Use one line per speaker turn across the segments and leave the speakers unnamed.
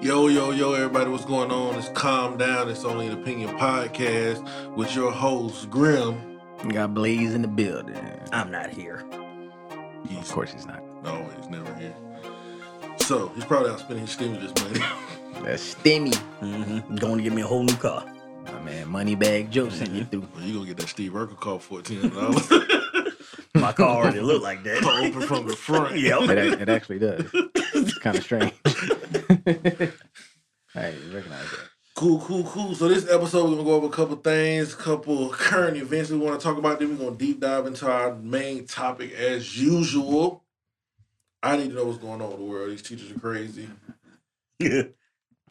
Yo, yo, yo, everybody, what's going on? It's Calm Down. It's Only an Opinion podcast with your host, Grim.
We got Blaze in the building. I'm not here. Of
He's
course he's not.
always never here. So, he's probably out spending his stimulus money.
That's Stimmy.
Mm-hmm. Going to get me a whole new car.
My man Moneybag Joe sent you through.
well, you going to get that Steve Urkel call for $1,400.
My car already looked like
Open
that.
from the front.
yep.
It, ac- it actually does. It's kind of strange. I recognize that.
Cool, cool, cool. So this episode we're gonna go over a couple things, a couple current events we want to talk about. Then we're gonna deep dive into our main topic as usual. I need to know what's going on with the world. These teachers are crazy. I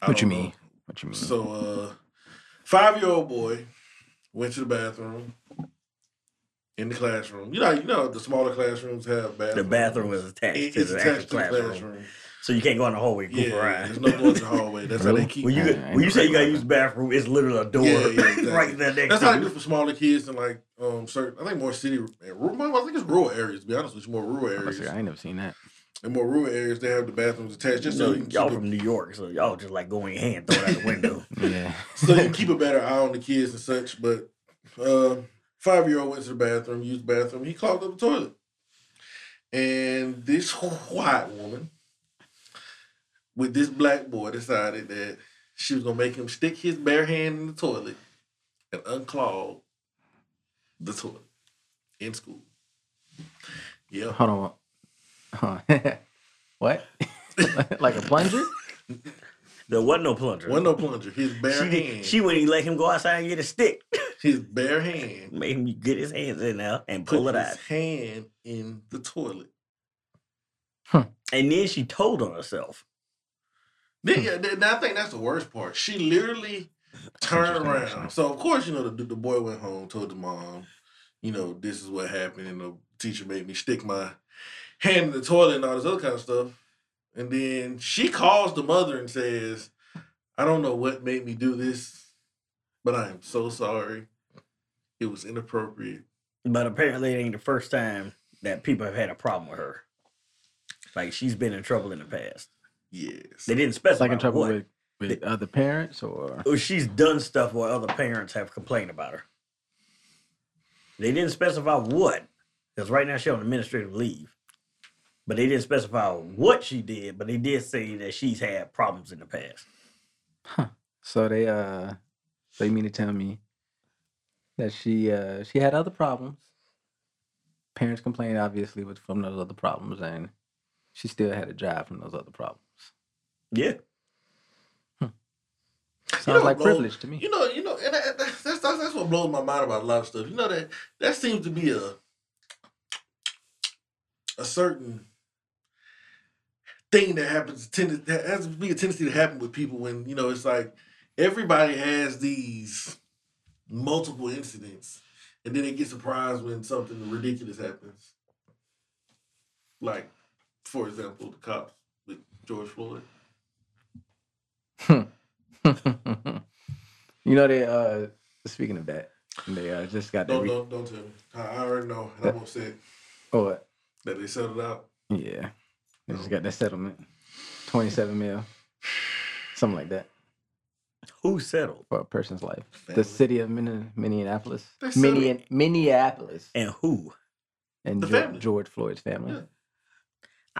What
don't
you
know.
mean? What you mean?
So uh five year old boy went to the bathroom in the classroom. You know, you know the smaller classrooms have bathrooms.
the bathroom is attached
It-
to
it's
the
attached
actual
to the
classroom.
classroom.
So you can't go in the hallway and goof
Yeah,
around.
there's no going to the hallway. That's how
Really?
they keep
when you,
Yeah, ain't
when
no
you say you gotta
reason.
use the bathroom, it's literally a door
Yeah, yeah, exactly.
right there next
That's how
to
they do
you.
for smaller kids and like um certain. I think more city and rural. I think it's rural areas. To be honest with you, more rural
I, was like,
areas.
I ain't never seen that.
In more rural areas, they have the bathrooms attached just so you can
y'all
keep
from New York, so y'all just like go in your hand, throw it out the window.
Yeah.
a, so you can keep a better eye on the kids and such. But uh, five year old went to the bathroom, used the bathroom, he clogged up the toilet, and this white woman with this black boy decided that she was gonna make him stick his bare hand in the toilet and unclog the toilet in school. Yeah.
Hold on. Huh. what? like a plunger?
There wasn't no plunger.
One no plunger. His bare
she,
hand.
did, she wouldn't even let him go outside and get a stick.
his bare hand.
Made him get his hands in there and
Put
pull it
his
out.
hand in the toilet.
And then she told on herself.
Then, yeah, then I think that's the worst part. She literally turned
Interesting,
around.
actually.
So of course, you know, the the boy went home, told the mom, you know, this is what happened, and the teacher made me stick my hand in the toilet and all this other kind of stuff. And then she calls the mother and says, I don't know what made me do this, but I am so sorry. It was inappropriate.
But apparently, it ain't the first time that people have had a problem with her. Like she's been in trouble in the past.
Yes.
They didn't specify
Like in trouble
what.
with, with other parents or?
Well, she's done stuff where other parents have complained about her. They didn't specify what, because right now she's on administrative leave. But they didn't specify what she did, but they did say that she's had problems in the past.
So they uh they mean to tell me that she uh she had other problems. Parents complained obviously with from those other problems and she still had a job from those other problems.
Yeah.
Sounds
know,
like
bro,
privilege to me.
You know, you know, and that, that's, that's that's what blows my mind about a lot of stuff. You know that that seems to be a a certain thing that happens. Tend that has to be a tendency to happen with people when you know it's like everybody has these multiple incidents, and then they get surprised when something ridiculous happens. Like, for example, the cops with George Floyd.
you know they uh speaking of that, they uh just got that
Don't
re-
don't don't tell me. I I already know, and I won't say it.
oh uh,
that they settled out.
yeah. They just got that settlement. Twenty seven mil. Something like that
Who settled?
for a person's life.
Family.
The city of Min- Minneapolis.
They settled-
Minnean- Minneapolis.
And who?
and
The
Geo-
family.
George Floyd's family.
Yeah.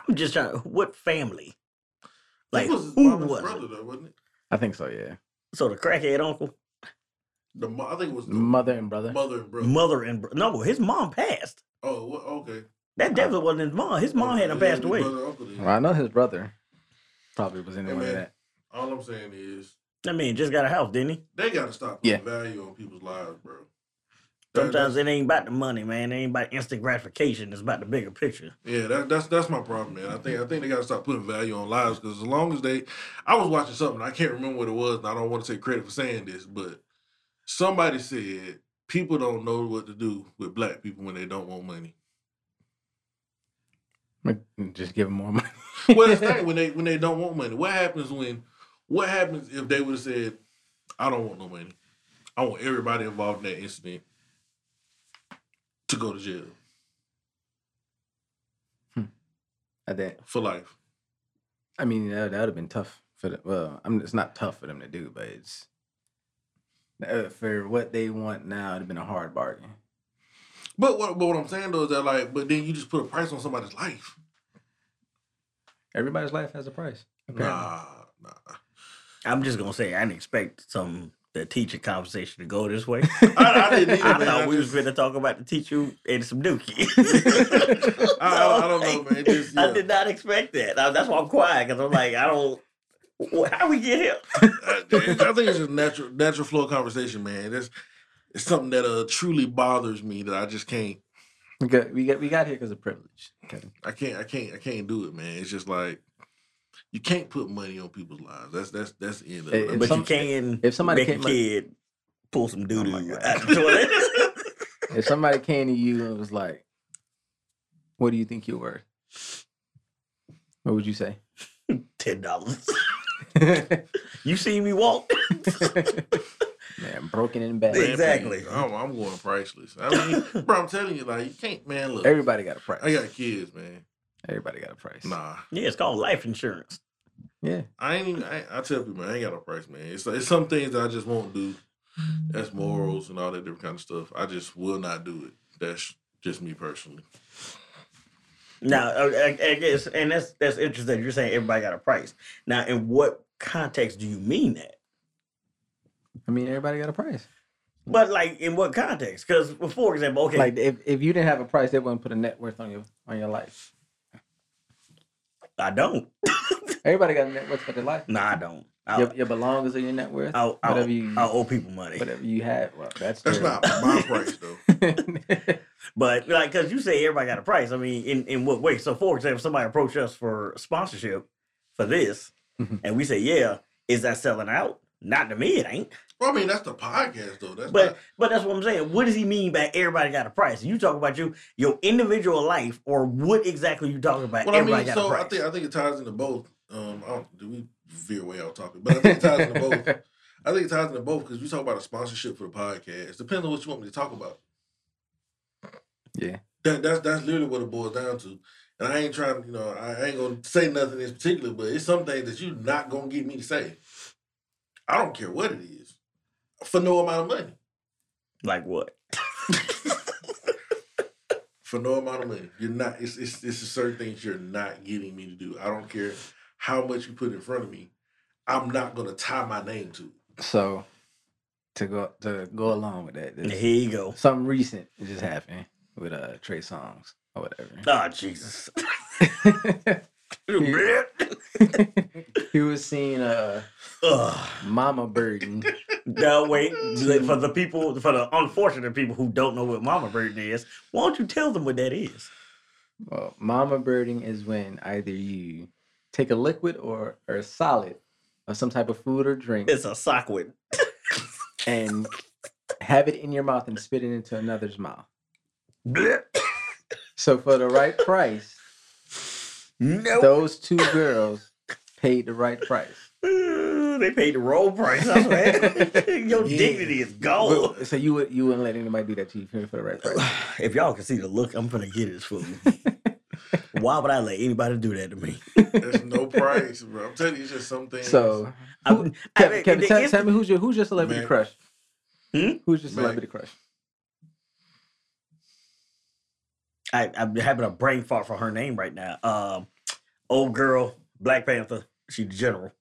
I'm just trying what family? Like,
it was his
who
mama's
was
brother
it?
though, wasn't it?
I think so. Yeah,
So the crackhead uncle,
The mo- I think it was the
mother and brother.
mother and brother.
mother and br- no, his mom passed.
oh, well, okay.
That definitely wasn't his mom. His mom
Okay, Oh,
had
yeah,
him passed
his
away.
brother, uncle then.
Well, I know his brother probably was in
Hey,
the one of
man.
that.
All I'm saying is
I mean, just got a house, didn't he?
they got to stop
Yeah.
putting value on people's lives, bro. That-
Sometimes it ain't about the money, man. It ain't about instant gratification. It's about the bigger picture.
Yeah, that, that's that's my problem, man. I think I think they gotta stop putting value on lives because as long as they, I was watching something I can't remember what it was, and I don't want to take credit for saying this, but somebody said people don't know what to do with black people when they don't want money.
Like, Just give him more money.
well, that's the thing when they when they don't want money. What happens when? What happens if they would have said, "I don't want no money. I want everybody involved in that incident to go to jail
I think-
for life."
I mean, that would have been tough for the well, I mean, it's not tough for them to do, but it's uh, for what they want now. It'd been a hard bargain.
But what, but what I'm saying though is that like, but then you just put a price on somebody's life.
Everybody's life has a price.
Nah, nah.
I'm just gonna say I didn't expect some the teacher conversation to go this way.
I, I didn't either,
I
man.
thought
I
we
just-
was gonna talk about the teacher and some dookie.
I, I, I don't know, man. It Just, yeah.
I did not expect that. I- that's why I'm quiet because I'm like, I don't. wh- How we get here?
I, I think it's just natural, natural flow of conversation, man. It's, it's something that uh, truly bothers me that I just can't,
We got we got we got here because of privilege. Okay.
I can't, I can't, I can't do it, man. It's just like you can't put money on people's lives. That's that's that's the end of
Hey,
it.
But
some-
you can.
if somebody
make a
came up- Oh
kid pull some doo doo
my God.
out the toilet.
If somebody came to you and was like, "What do you think you're worth?" What would you say?
Ten dollars.
Man,
You see me walk?
broken and
Man,
bad.
please.
exactly.
Oh, I'm, I'm going priceless. I mean, bro, I'm telling you, like you can't, man. Look,
Everybody got a price.
I got kids, man.
Everybody got a price.
Oh, Nah,
Yeah, it's called life insurance.
Yeah.
I ain't even. I, I tell people I ain't got no price, man. It's it's some things that I just won't do. That's morals and all that different kind of stuff. I just will not do it. That's just me personally.
Now, I, I I guess, and that's that's interesting. You're saying everybody got a price. Now, in what context do you mean that?
I mean, everybody got a price.
But like, in what context? Because, for example, okay,
Like if, if you didn't have a price, they wouldn't put a net worth on your on your life.
I don't.
Everybody got a net worth for their life.
No, I don't. I,
Your, your belongings are your net worth.
I, I,
whatever you
I owe people money.
whatever you have. Well, that's
That's
your-
not my price though.
But like, because you say everybody got a price. I mean, in, in what way? So, for example, somebody approached us for sponsorship for this,
Mhm.
and we say, "Yeah, is that selling out?" Not to me, it ain't.
Well, I mean, that's the podcast though. That's
But
not,
but that's what I'm saying. What does he mean by everybody got a price? You talk about you your individual life, or what exactly you talking about?
well, I
everybody
mean,
got a
so I
price.
think I think it ties into both. Um, I don't, do we veer way off topic? But I think it ties into both. I think it ties into both because we talk about a sponsorship for the podcast. Depends on what you want me to talk about.
Yeah.
That, that's that's literally what it boils down to. And I ain't trying, to, you know, I ain't gonna say nothing in particular, but it's some things that you're not gonna get me to say. I don't care what it is, for no amount of money,
like what?
for no amount of money. You're not. It's it's it's just certain things you're not getting me to do. I don't care how much you put in front of me. I'm not gonna tie my name to it.
So to go to go along with that,
And
there's
here you go.
something recent that just happened with uh Trey Songs or
Oh Jesus!
whatever. he was seen uh
Ugh.
Mama Burden.
No, wait. For the people, for the unfortunate people who don't know what Mama Burden is, why don't you tell them what that is?
Well, mama birding is when either you take a liquid or, or a solid of some type of food or drink
It's a sockwit.
and have it in your mouth and spit it into another's mouth.
Blip.
So for the right price,
No,
those two girls paid the right price.
Ooh, they paid the roll price. I swear. Your
Yeah.
dignity is gone.
But- So you would you wouldn't let anybody do that to you for the right price.
if y'all can see the look I'm gonna get this fool. Why would I let anybody do that to me?
There's no price, bro. I'm telling you, it's just some things.
So
I,
Who-
I
Kevin,
mean,
Kevin
the
tell,
inst-
tell me who's your who's your celebrity
Meg.
crush?
Hmm?
Who's your
Meg.
celebrity crush?
I, I'm having a brain fart for her name right now. Um, old girl, Black Panther. She the general,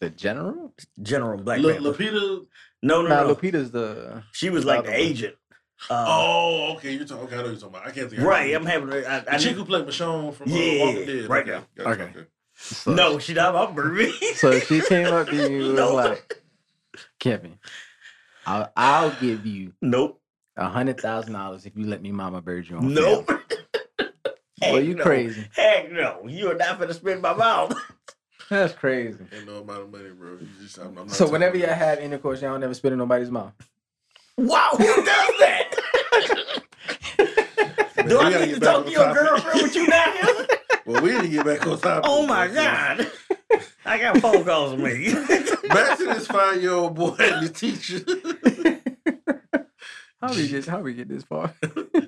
The general?
general in Black
La-
Panther.
Lupita.
no, no,
Nah,
no.
Lupita's the
She was like
Other
the
one.
agent. Uh,
Oh, okay. You're talking. Okay, I know you're talking about. I can't think. of her
right.
name.
I'm having. a- I,
The
I
chick
knew,
who played Michonne from uh,
Yeah,
Walking Dead.
right
okay.
now.
gotcha,
Okay. so-
no, she not my Burmese.
So if she came up to you and was
No.
like, Kevin, I'll, I'll give you
nope,
a hundred thousand dollars if you let me mama bird you on. film."
nope.
Well,
Heck
you
no.
crazy.
Heck no, you are not gonna spin my mouth.
That's crazy.
Ain't no amount of money, bro. You just, I'm, I'm not
So whenever
telling
y'all have intercourse, y'all never spit in nobody's mouth.
wow, who does that?
Man,
Do
we
I
gotta
need
get
to
back
talk to
on
your
topic.
girlfriend with you down here?
Well, we need to get back on topic.
Oh my
bro.
god, I got phone calls to make.
Back to this five year old boy and the teacher.
How we get how we get this far?
We-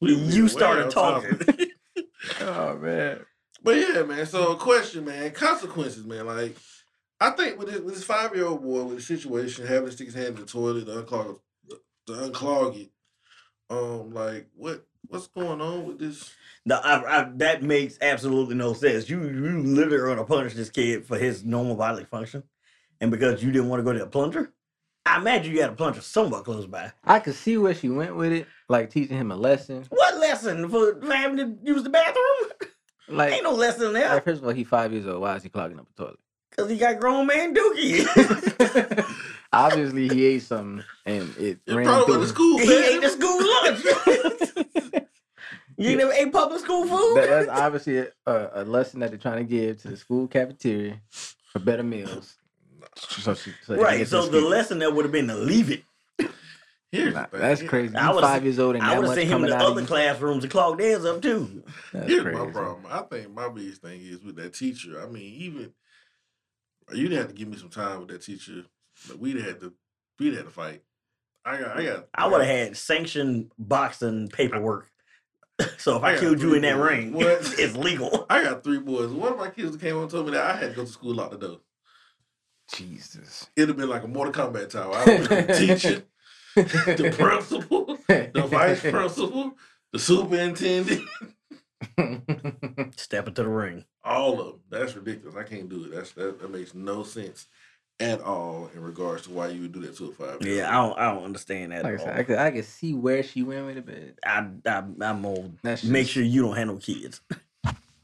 we
You
way
started
off
talking.
topic.
Oh man.
But yeah, man. So question, man. Consequences, man. Like I think with this, with this five year old boy with the situation, having to stick his hand in the toilet to unclog to unclog it, um, like what what's going on with this?
No, I, I, that makes absolutely no sense. You you literally are gonna punish this kid for his normal bodily function, and because you didn't want to go to a plunger. I imagine you had a plunger somewhere close by.
I could see where she went with it, like teaching him a lesson.
What lesson for, for having to use the bathroom?
Like,
Ain't no lesson in there
like, first of all, he five years old. Why is he clogging up the
because he got grown man dookie.
toilet? Obviously, he ate something and it
It
ran
probably
through.
was school,
he
man.
ate the school lunch. you ain't never ate public school food.
That, that's obviously a, a lesson that they're trying to give to the school cafeteria for better meals. So she, so he
right.
gets
So
his
the
kid.
lesson there would have been to leave it.
Here's
Nah,
the thing.
that's
Here-
crazy.
I
You
would've
five years old and
I
that
would have
much
sent him
coming
to
out of
other
you.
classrooms to clog theirs up too.
That's
Here's my
crazy.
problem. I think my biggest thing is with that teacher. I mean, even you didn't have to give me some time with that teacher, but we'd had to we'd had to fight. I got I got
I would have had sanctioned boxing paperwork. so if I,
I got
killed you
three
in that
boys.
ring,
What?
it's legal.
I got three boys. One of my kids came home and told me that I had to go to school out the door.
Jesus.
It'd have been like a Mortal Kombat tower. I would have been the teacher, the principal, the vice principal, the superintendent,
Step into the ring.
all of them. That's ridiculous. I can't do it. That's that, that makes no sense at all in regards to why you would do that to a five.
Yeah, I don't. I don't understand that.
Like I
at all.
said, I could, I could see where she went with it, but
I, I, I'm old.
that's just,
Make sure you don't have no kids.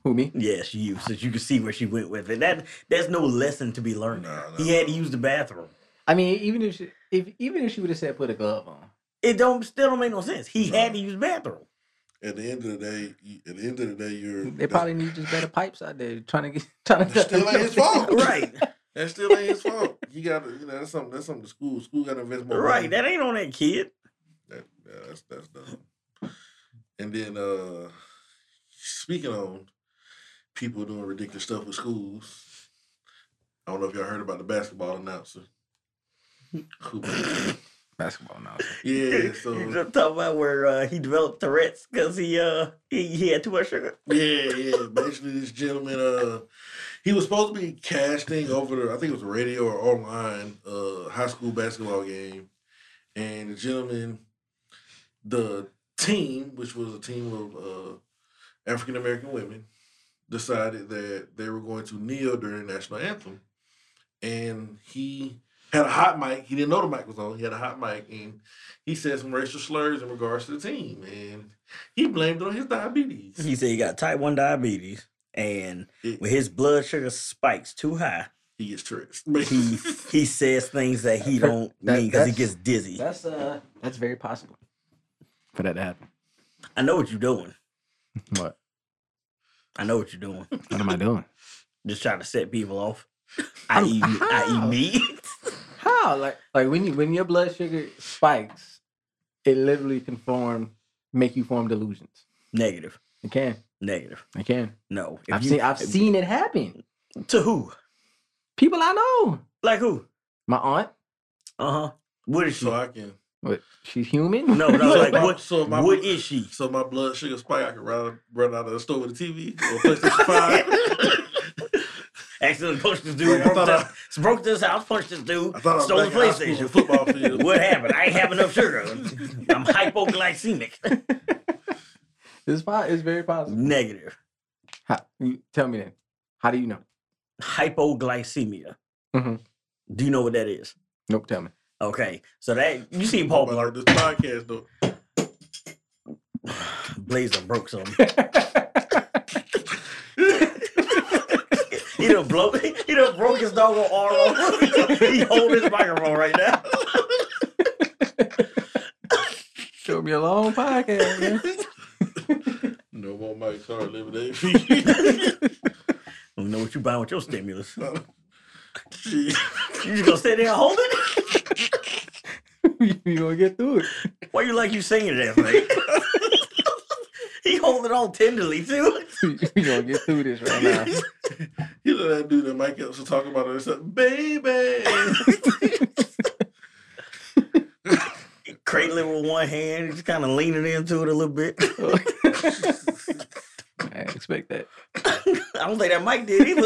who me.
Yes, you. Since you can see where she went with it, that that's no lesson to be learned.
No, no,
he had to
no.
use the bathroom.
I mean, even if she, if even if she would have said put a glove on,
It don't still don't make no sense. He
No.
had to use the bathroom.
At the end of the day, you- at the end of the day, you're
they
that-
probably need just better pipes out there trying to get trying to.
That's
cut them
still ain't his
down.
fault.
right,
that still ain't his fault. You got to you know that's something that's something the school school got to invest more. money.
right. That ain't on that kid.
That, yeah, that's that's dumb. And then uh speaking on people doing ridiculous stuff with schools, I don't know if y'all heard about the basketball announcer. Who-
Basketball now.
yeah,
you
so
just talking about where uh, he developed Tourette's because he uh he, he had too much sugar.
yeah, yeah. Basically this gentleman uh he was supposed to be casting over the I think it was radio or online uh high school basketball game and the gentleman the team, which was a team of uh African American women, decided that they were going to kneel during the national anthem. And he had a hot mic. He didn't know the mic was on. He had a hot mic and he said some racial slurs in regards to the team. And he blamed it on his diabetes.
He said he got type one diabetes, and
It-
when his blood sugar spikes too high,
he gets tricked.
he he says things that he don't
That-
mean because he
that's-
gets dizzy.
That's uh, that's very possible for that to happen.
I know what you're doing.
What?
I know what you're doing.
What am I doing?
Just trying to set people off. I eat, I eat me.
How? Like, like when you when your blood sugar spikes, it literally can form make you form delusions.
Negative,
It can.
negative.
It can.
No, If
I've
you-
seen. I've
if-
seen it happen.
to who?
People I know.
Like who?
My aunt.
Uh huh. What is she?
so I can
What? She's human.
No, no.
so
like,
my,
what-
so my
what is she?
so my blood sugar spike I can run, run out of the store with a TV or a PlayStation 5.
Accidentally punched this dude.
I
broke,
thought
this,
I-
broke this house. Punched this dude.
I thought I was
Stole the
back at high school on a
PlayStation.
football field.
what happened? I ain't have enough sugar. I'm hypoglycemic.
It's po- It's very possible.
Negative.
How, you, tell me then. How do you know?
Hypoglycemia.
Mhm.
Do you know what that is?
Nope. Tell me.
Okay, so that you seen Paul
About
Blart
this podcast though.
Blazer broke something.
That's
He done blow. He done broke his dog on arm. he holding his microphone right now.
Show me a long podcast. Man.
No more Mike's hard lemonade for you.
I don't know what you buying with your stimulus.
Gee.
You just gonna sit there and hold it?
you gonna get through it.
Why you like you singing that thing? he hold it all tenderly too.
you gonna get through this right now.
You know that dude that Mike Epps was talking about it. Said, Baby,
Cradling with one hand, just kind of leaning into it a little bit.
I expect that.
I don't think that Mike did either.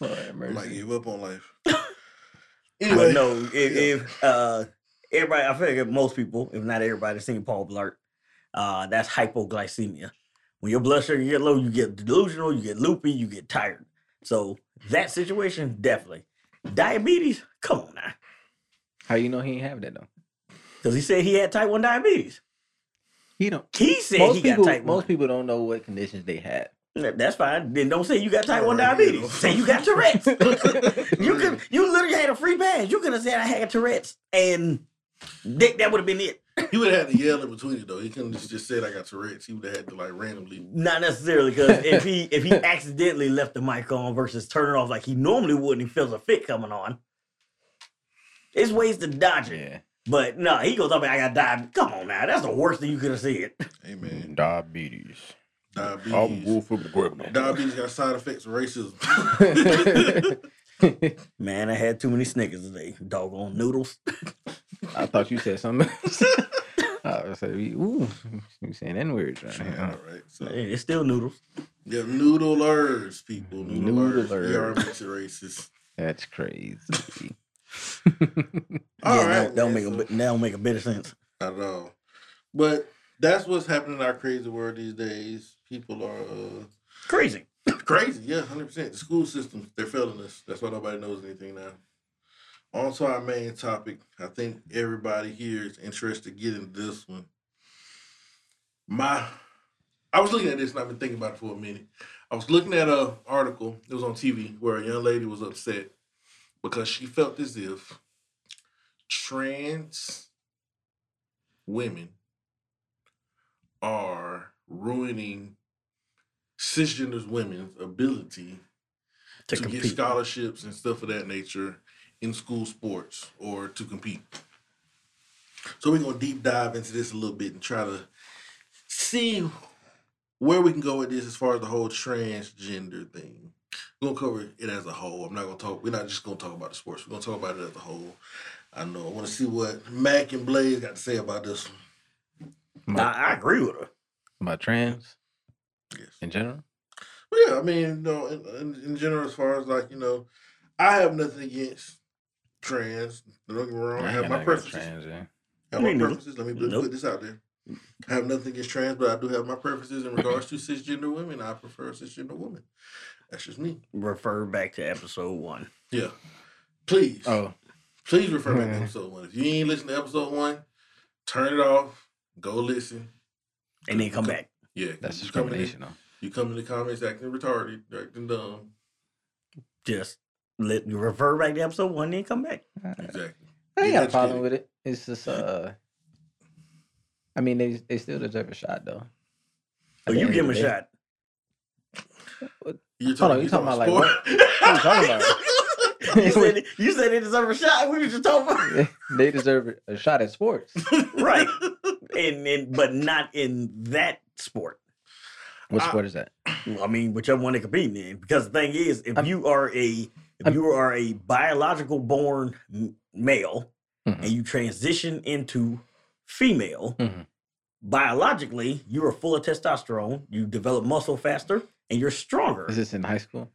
Lord have
I might
mercy.
give up on life.
But
anyway,
no, if,
Yeah.
if uh, everybody, I feel like most people, if not everybody, seen Paul Blart, uh, that's hypoglycemia. When your blood sugar get low, you get delusional, you get loopy, you get tired. So that situation, definitely. Diabetes, come on now,
How you know he ain't have that though?
because he said he had type one diabetes.
He don't.
He said
most
he
people,
got type one.
most people don't know what conditions they have.
That's fine. Then don't say you got type one
Alright,
diabetes.
you know.
Say you got Tourette's. you
Mm.
could you literally had a free pass. You could have said I had Tourette's, and Dick, that would have been it.
he would have had to yell in between it though. He couldn't just, just said I got Tourette's. He would have had to like randomly.
Not necessarily, because if he if he accidentally left the mic on versus turn it off like he normally would, and he feels a fit coming on. It's ways to dodge it,
Yeah.
but no, he goes up and I got diabetes. Come on now, that's the worst thing you could have said.
Amen.
Diabees.
Diabetes.
Oh,
I'm Wolfie McGuigan.
Diabetes got side effects of racism.
I
Man, I had too many Snickers today. Doggone noodles.
thought you said something. else. I was like, ooh, you saying N words right
yeah,
now.
all right. So
Hey, it's still noodles.
yeah, noodlers, people. Noodlers.
Noodlers.
We are a bunch of racists.
That's crazy.
All
yeah,
right,
that, that'll
man,
make a
so-
bit- that'll make a bit of sense.
Not at all. But that's what's happening in our crazy world these days. People are
Crazy.
uh, crazy. Yeah, hundred percent. The school system, they're failing us. That's why nobody knows anything now. On to our main topic. I think everybody here is interested to get into this one. My, I was looking at this and I've been thinking about it for a minute. I was looking at a article. It was on TV where a young lady was upset because she felt as if trans women are ruining cisgender's women's ability
to,
to,
compete.
get scholarships and stuff of that nature in school sports or to compete. So we're gonna deep dive into this a little bit and try to see where we can go with this as far as the whole transgender thing. We're gonna cover it as a whole. I'm not gonna talk. We're not just gonna talk about the sports. We're gonna talk about it as a whole. I know. I want to see what Mac and Blaze got to say about this. one.
Nah, I agree with her.
About trans
Yes.
in general.
Well, Yeah, I mean, you know, in, in, in general, as far as like you know, I have nothing against trans. Don't get me wrong. I
ain't
have
got
my
nothing against
preferences.
Trans, yeah.
I have
Me
my
neither.
preferences. Let me put,
Nope.
put this out there.
Mm.
I have nothing against trans, but I do have my preferences in regards to cisgender women. I prefer a cisgender woman. That's just me.
Refer back to episode one.
Yeah. Please,
Oh,
please refer back to
Mhm.
episode one. If you ain't listened to episode one, turn it off. Go listen.
And then come back.
Yeah,
that's
you come in-
discrimination, though.
You come in the comments acting retarded, acting dumb.
Just let refer back to episode one, then come back.
Exactly.
I
Get
ain't got a problem
educated.
with it. It's just, uh, I mean, they they still deserve a shot, though. At the
So Oh, you
end
give
of
him a
the day.
shot.
You're
Hold
talking,
on, you
you
talking
talking
about, like,
sport?
you talking about?
You said you said they deserve a shot. We were just talking about
they deserve a shot at sports.
right, and, and but not in that sport.
What
I-
sport is that?
I mean, whichever one they're competing in. Because the thing is, if
I'm-
you are a if
I'm-
you are a biological born m- male
Mhm.
and you transition into female,
Mhm.
biologically, you are full of testosterone. You develop muscle faster, and you're stronger.
Is this in high school?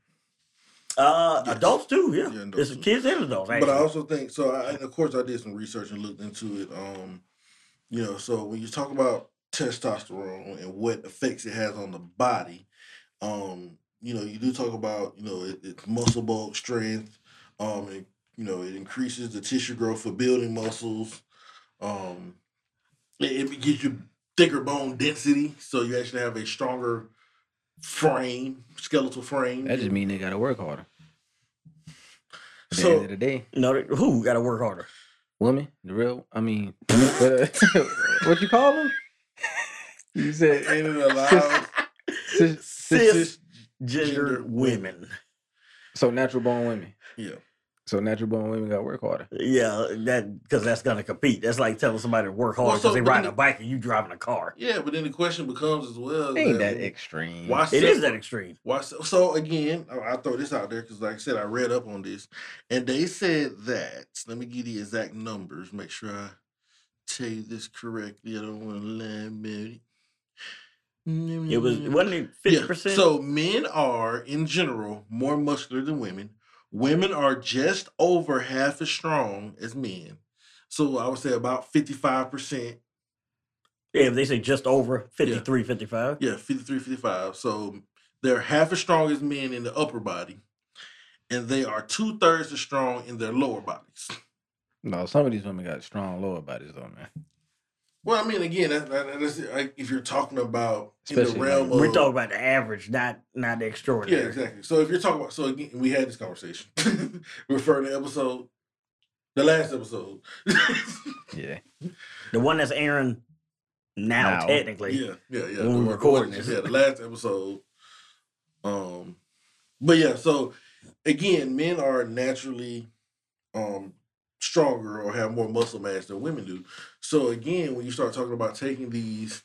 Uh,
Yes.
Adults too, yeah.
Yeah, adults
it's
too.
kids and adults.
But I
actually.
also think so. I, and of course, I did some research and looked into it. Um, you know, so when you talk about testosterone and what effects it has on the body, um, you know, you do talk about you know it, it's muscle bulk, strength. Um, it, you know, it increases the tissue growth for building muscles. Um, it, it gives you thicker bone density, so you actually have a stronger frame, skeletal frame.
That just mean they gotta work harder. At the end
so
of the day,
no, they- who got to work harder?
women, the real, I mean, what, what you call them? You said
ain't it allowed?
cis-
Cis
gender
gender women.
so natural born women.
yeah.
So natural born women gotta work harder.
Yeah, that because that's gonna compete. That's like telling somebody to work hard
Well,
because
so
they
but
riding a
then-
bike and you driving a car.
Yeah, but then the question becomes as well.
Ain't
that
that extreme?
why
It is
separate-
that extreme.
Why so, so again? I, I throw this out there because, like I said, I read up on this, and they said that. Let me give you the exact numbers. Make sure I tell you this correctly. I don't want to lie about it.
It was wasn't it
Yeah,
Mm.
fifty percent?
So men are in general more muscular than women, Women are just over half as strong as men. So I would say about 55%.
Yeah, if they say just over 53, 55.
Yeah, 53, 55. So they're half as strong as men in the upper body. And they are two thirds as strong in their lower bodies.
No, some of these women got strong lower bodies though, man.
Well, I mean, again, that, that, that's like, if you're talking about in
Especially,
the
like,
realm of
We're talking about the average, not not the
Yeah,
extraordinary.
exactly. So if you're talking about, so again, we had this conversation referring to episode, the last episode.
Yeah.
The one that's airing now,
Now.
technically.
yeah, yeah, yeah.
When we
the one-
recording
the one-
this.
Yeah, the last episode. Um, but yeah, so again, men are naturally um stronger or have more muscle mass than women do. So again, when you start talking about taking these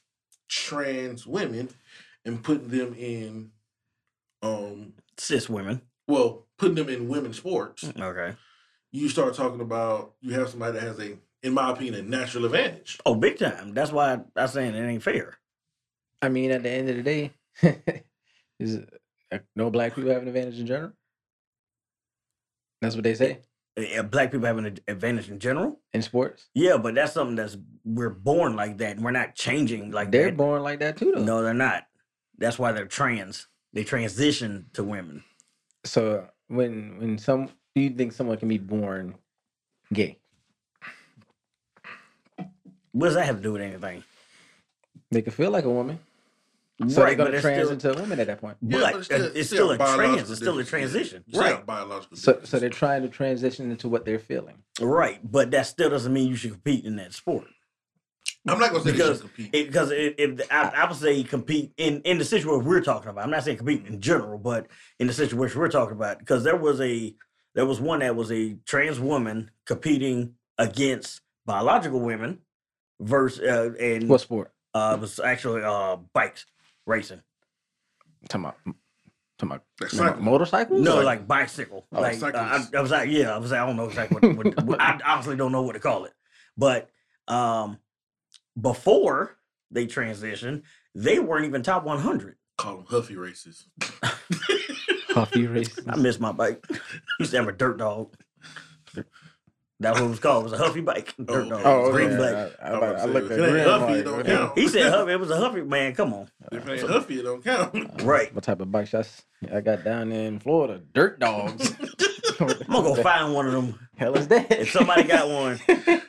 trans women and putting them in, um,
Cis women.
well, putting them in women's sports.
Okay.
you start talking about you have somebody that has a, in my opinion, a natural advantage.
Oh, big time. That's why I'm saying it ain't fair.
I mean, at the end of the day, is it- uh, no black people have an advantage in general? That's what they say
Uh, Black people have an ad- advantage in general.
in sports.
Yeah, but that's something that's we're born like that, and we're not changing like
They're
that.
born like that too, though.
No, they're not. That's why they're trans. They transition to women.
So uh, when when some do you think someone can be born gay?
What does that have to do with anything?
They could feel like a woman, so they're gonna
it's
trans
still-
into a woman at that point.
Yeah,
but
but it's
it's still,
still-
it's
it's
still
still
a
biological
trans. It's still a
difference, yeah.
transition.
You right.
Right.
biological
So so
differences.
they're trying to transition into what they're feeling.
Right. But that still doesn't mean you should compete in that sport.
I'm not gonna say
because
they should compete.
Because if, if I, I would say compete in, in the situation we're talking about, I'm not saying compete in general, but in the situation we're talking about, because there was a there was one that was a trans woman competing against biological women versus uh, and
What sport?
uh, it was actually uh, bikes racing.
Talking about talking about
That's
mo-
cycling.
motorcycles?
No,
Or-
like bicycle.
Oh,
like uh, I,
cyclists.
I was like, yeah, I was like, I don't know exactly what, what, what- I honestly don't know what to call it. But um, before they transitioned, they weren't even top 100.
Call them huffy races.
puffy races.
I miss my bike. used to have a dirt dog. That's what it was called. It was a huffy bike. Dirt
Oh,
dog.
oh,
green
okay.
black.
I,
I'm about to say,
looked
if
at
it ain't
Graham
Huffy,
like,
it don't
what-
count.
He said huffy. It was a huffy man. Come on.
If it ain't huffy, it don't count.
uh,
Right.
What type of bike shots I got down there in Florida? Dirt dogs.
I'm gonna go find one of them.
Hell is that?
If somebody got one,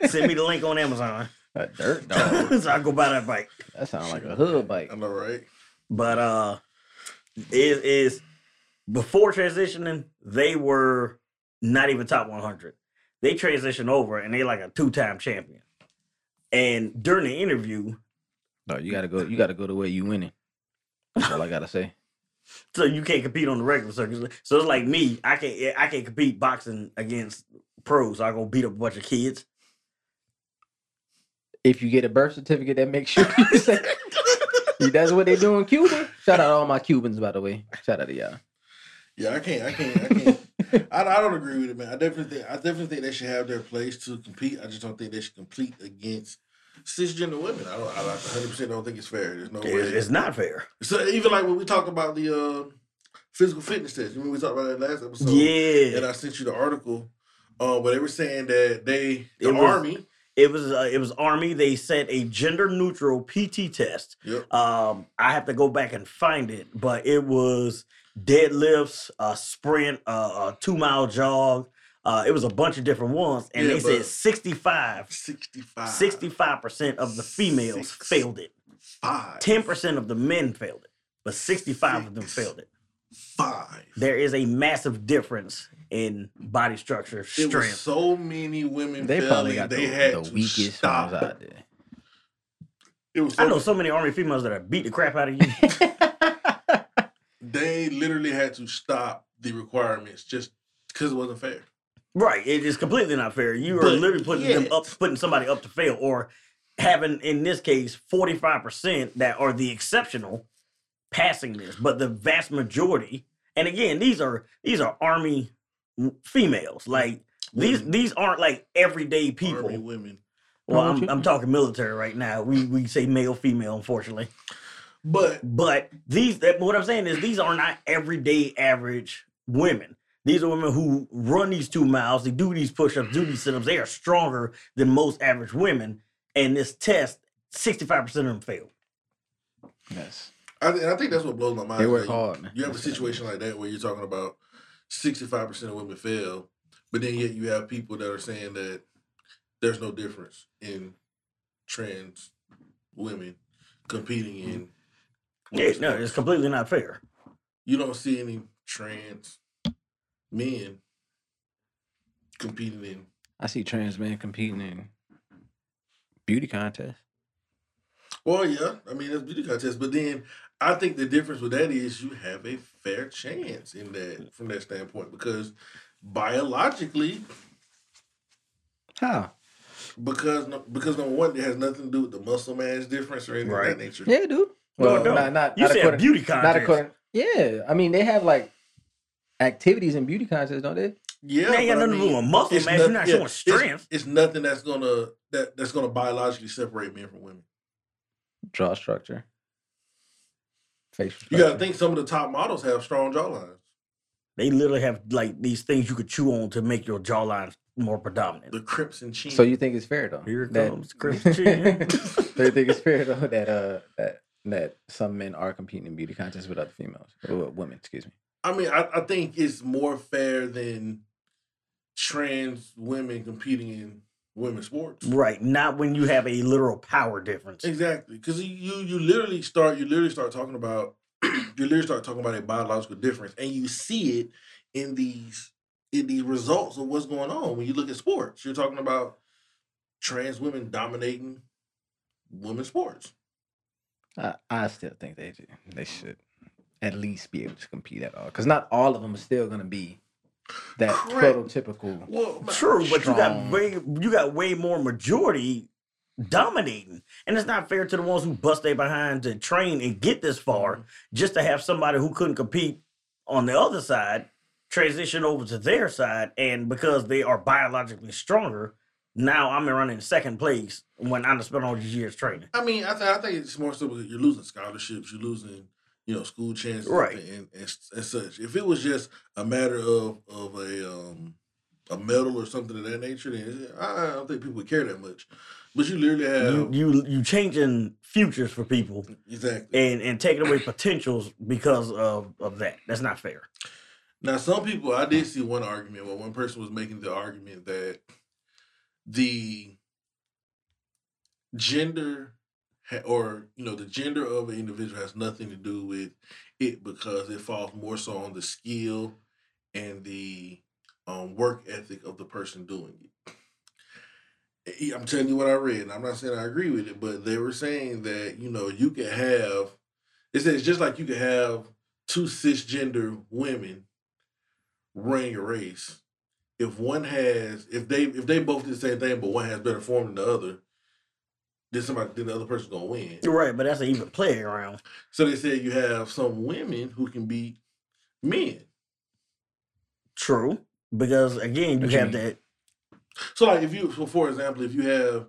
Send me the link on Amazon.
a dirt dog.
Oh.
so I go buy that bike.
That sounds like a hood bike.
I know, right?
But uh is is before transitioning, they were not even top 100. They transitioned over and they like a two-time champion. And during the interview,
No, you gotta go. You gotta go the way you winning. That's all I gotta say.
so you can't compete on the regular circuit. So it's like me, I can't I can't compete boxing against pros. I go beat up a bunch of kids.
If you get a birth certificate, that makes sure you say that's what they do in Cuba. Shout out all my Cubans, by the way. Shout out to y'all.
Yeah, I can't. I can't. I can't. I, I don't agree with it, man. I definitely think. I definitely think they should have their place to compete. I just don't think they should compete against cisgender women. I don't. I 100 percent don't think it's fair. There's no
It-
way.
It's not fair.
So even like when we talked about the uh, physical fitness test, remember we talked about that last episode? And
yeah.
I sent you the article, uh, but they were saying that they the
It was-
army.
It was uh, it was army they sent a gender neutral PT test
Yep.
Um, I have to go back and find it, but it was deadlifts, a sprint, a, a two mile jog. Uh, it was a bunch of different ones, and
Yeah,
they said
but-
65,
65.
65% of the females
Six.
failed it.
Five.
10% of the men failed it, but 65 of them
Six.
failed it.
Five.
There is a massive difference in body structure,
It was
strength.
so many women
They probably
failing.
got
they
the,
had
the
to
weakest
stop.
ones out there.
It was so
I know so many army females that are beat the crap out of you.
They literally had to stop the requirements just because it wasn't fair.
Right. It is completely not fair. You are
But
literally putting them
yet-
up, putting somebody up to fail, or having in this case forty five percent that are the exceptional passing this, but the vast majority. And again, these are these are army females. Like these
Women.
these aren't like everyday
Army
people.
women.
Well,
Don't
I'm,
you-
I'm talking military right now. We we say male female, unfortunately.
But
But these, that, what I'm saying is, these are not everyday average women. These are women who run these two miles, they do these push-ups, do these sit-ups. They are stronger than most average women. And this test, 65% of them fail.
Yes.
I, th- and I think that's what blows my mind.
They
is
work
like,
hard, man.
Uh, You have a situation like that where you're talking about 65% of women fail, but then yet you have people that are saying that there's no difference in trans women competing in.
Mm-hmm. Yeah, no, it's completely not fair.
You don't see any trans men competing in.
I see trans men competing in beauty contests.
Well, yeah, I mean, that's beauty contest, but then I think the difference with that is you have a fair chance in that from that standpoint because biologically
How?
Because no, because number one, it has nothing to do with the muscle mass difference or anything of
Right.
that nature.
Yeah, dude.
No,
Well,
no.
not not
You
not
said
according,
beauty
not
contest.
according. Yeah, I mean they have like activities in beauty contests, don't they?
Yeah,
they ain't
but I
got nothing to do
mean,
with muscle
it's
mass. You're
noth-
not
yeah,
showing
it's-
strength.
It's, nothing that's gonna that, that's gonna biologically separate men from women.
Jaw structure, facial.
You gotta
structure.
think some of the top models have strong jawlines.
They literally have like these things you could chew on to make your jawline more predominant.
The crimson chin.
So you think it's fair though?
Here
that-
comes Christian.
so you think it's fair though that uh that that some men are competing in beauty contests with other females, or women, excuse me.
I mean, I, I think it's more fair than trans women competing in women's sports.
Right, not when you have a literal power difference.
Exactly, because you you literally start you literally start talking about you literally start talking about a biological difference, and you see it in these in these results of what's going on when you look at sports. You're talking about trans women dominating women's sports.
I, I still think they ju- they should at least be able to compete at all, because not all of them are still gonna be that
Correct.
prototypical.
Well, my-
True, but you got
Strong.
way you got way more majority dominating, and it's not fair to the ones who bust their behind to train and get this far just to have somebody who couldn't compete on the other side transition over to their side, and because they are biologically stronger, now I'm running second place when I done spent all these years training.
I mean, I, th- I think it's more so because you're losing scholarships, you're losing, you know, school chances,
Right.
and, and s- and such. If it was just a matter of of a um a medal or something of that nature, then I I don't think people would care that much. But you literally have
You you you changing futures for people
exactly
and and taking away potentials because of of that. That's not fair.
now. Some people, I did see one argument where one person was making the argument that the gender ha- or you know the gender of an individual has nothing to do with it because it falls more so on the skill and the um, work ethic of the person doing it. Eh, I'm telling you what I read, and I'm not saying I agree with it, but they were saying that you know you could have. It says just like you could have two cisgender women running a race. If one has, if they, if they both did the same thing, but one has better form than the other, then somebody, then the other person's gonna win.
You're right, but that's an even play around.
So they said you have some women who can be men.
True, because again, you
What you
have
mean?
that.
So like if you so for example, if you have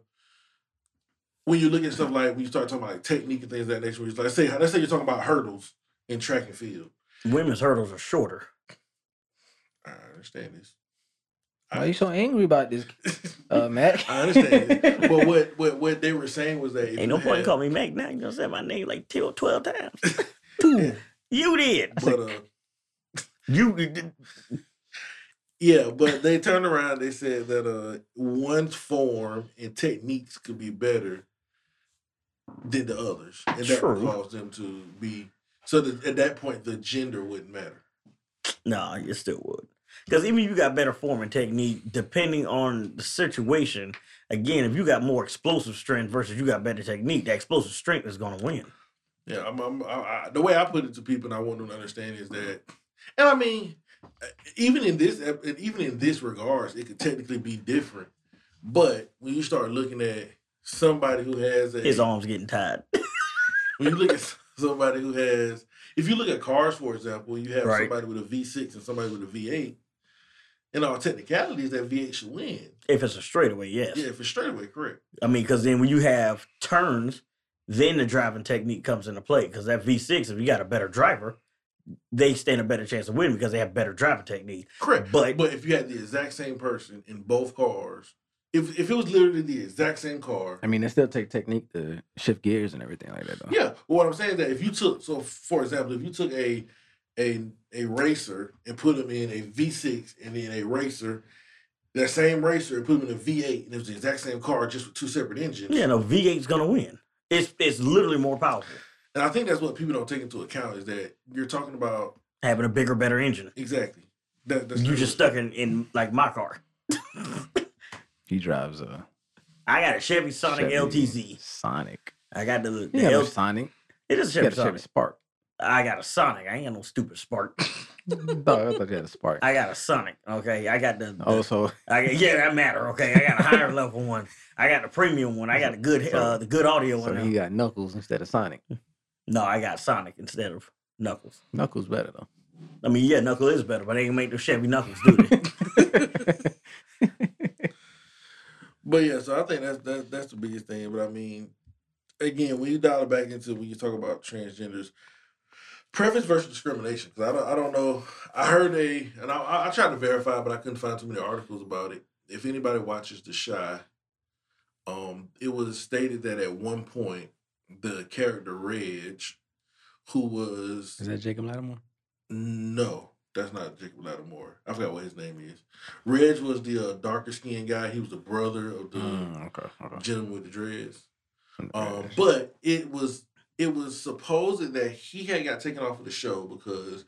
when you look at stuff like when you start talking about like technique and things of that nature, where you like say let's say you're talking about hurdles in track and field.
Women's hurdles are shorter.
I understand this.
Why are you so angry about this, uh, Matt?
I understand this. But what, what what they were saying was that if
Ain't
you
no point in
had-
calling me Mac now. You gonna say my name like 10, 12 times. you did.
but uh
You did.
Yeah, but they turned around. They said that uh, one's form and techniques could be better than the others, and that would
True.
cause them to be. So that at that point, the gender wouldn't matter.
Nah, you still would. Because even if you got better form and technique, depending on the situation, again, if you got more explosive strength versus you got better technique, that explosive strength is gonna win.
Yeah, I'm, I'm, I, I, the way I put it to people, and I want them to understand is that, and I mean, uh, even in this, ep- and even in this regards, it could technically be different. But when you start looking at somebody who has a
His arms getting tired.
when you look at somebody who has, if you look at cars, for example, you have
Right.
somebody with a V6 and somebody with a V8. In all technicalities, that V8 should win.
If it's a straightaway, yes.
Yeah, for straightaway, correct.
I mean, because then when you have turns, then the driving technique comes into play. Because that V6, if you got a better driver, they stand a better chance of winning because they have better driving technique.
Correct.
But-
but if you had the exact same person in both cars, if if it was literally the exact same car,
I mean, uh. it still take technique to shift gears and everything like that. Though.
yeah. Well, what I'm saying is that if you took so for example, if you took a a a racer and put him in a V6 and then a racer, that same racer and put him in a V8 and it was the exact same car just with two separate engines.
Yeah, no, V8's gonna win. It's it's literally more powerful
And I think that's what people don't take into account is that you're talking about
having a bigger, better engine.
exactly that. That's
You
true.
just stuck in, in like my car.
He drives a
I got a Chevy Sonic
Chevy
LTZ.
Sonic.
I got the, the
You have
L-
a Sonic.
it is a
You
Chevy
got a Chevy
Sonic.
Spark.
I got a Sonic. I ain't got no stupid spark.
Dog, I thought you had a Spark.
I got a Sonic. Okay, I got the.
Oh,
the
so
I got, yeah, that matter. Okay, I got a higher level one. I got the premium one. I got the good uh, the good audio
so
one.
he got Knuckles instead of Sonic.
No, I got Sonic instead of Knuckles.
Knuckles better though.
I mean, yeah, Knuckle is better, but they ain't gonna make no Chevy Knuckles, do they?
But yeah, so I think that's that's that's the biggest thing. But I mean, again, when you dial it back into when you talk about transgenders, preference versus discrimination. Because I don't I don't know. I heard a and I- I I tried to verify, but I couldn't find too many articles about it. If anybody watches The Shy, um, it was stated that at one point the character Reg, who was
Is that Jacob Lattimore?
no, that's not Jacob Lattimore. I forgot what his name is. Reg was the uh, darker skinned guy. He was the brother of the
Mm, okay. okay.
gentleman with the dreads.
uh,
Um,
Um,
but it was it was supposed that he had got taken off of the show because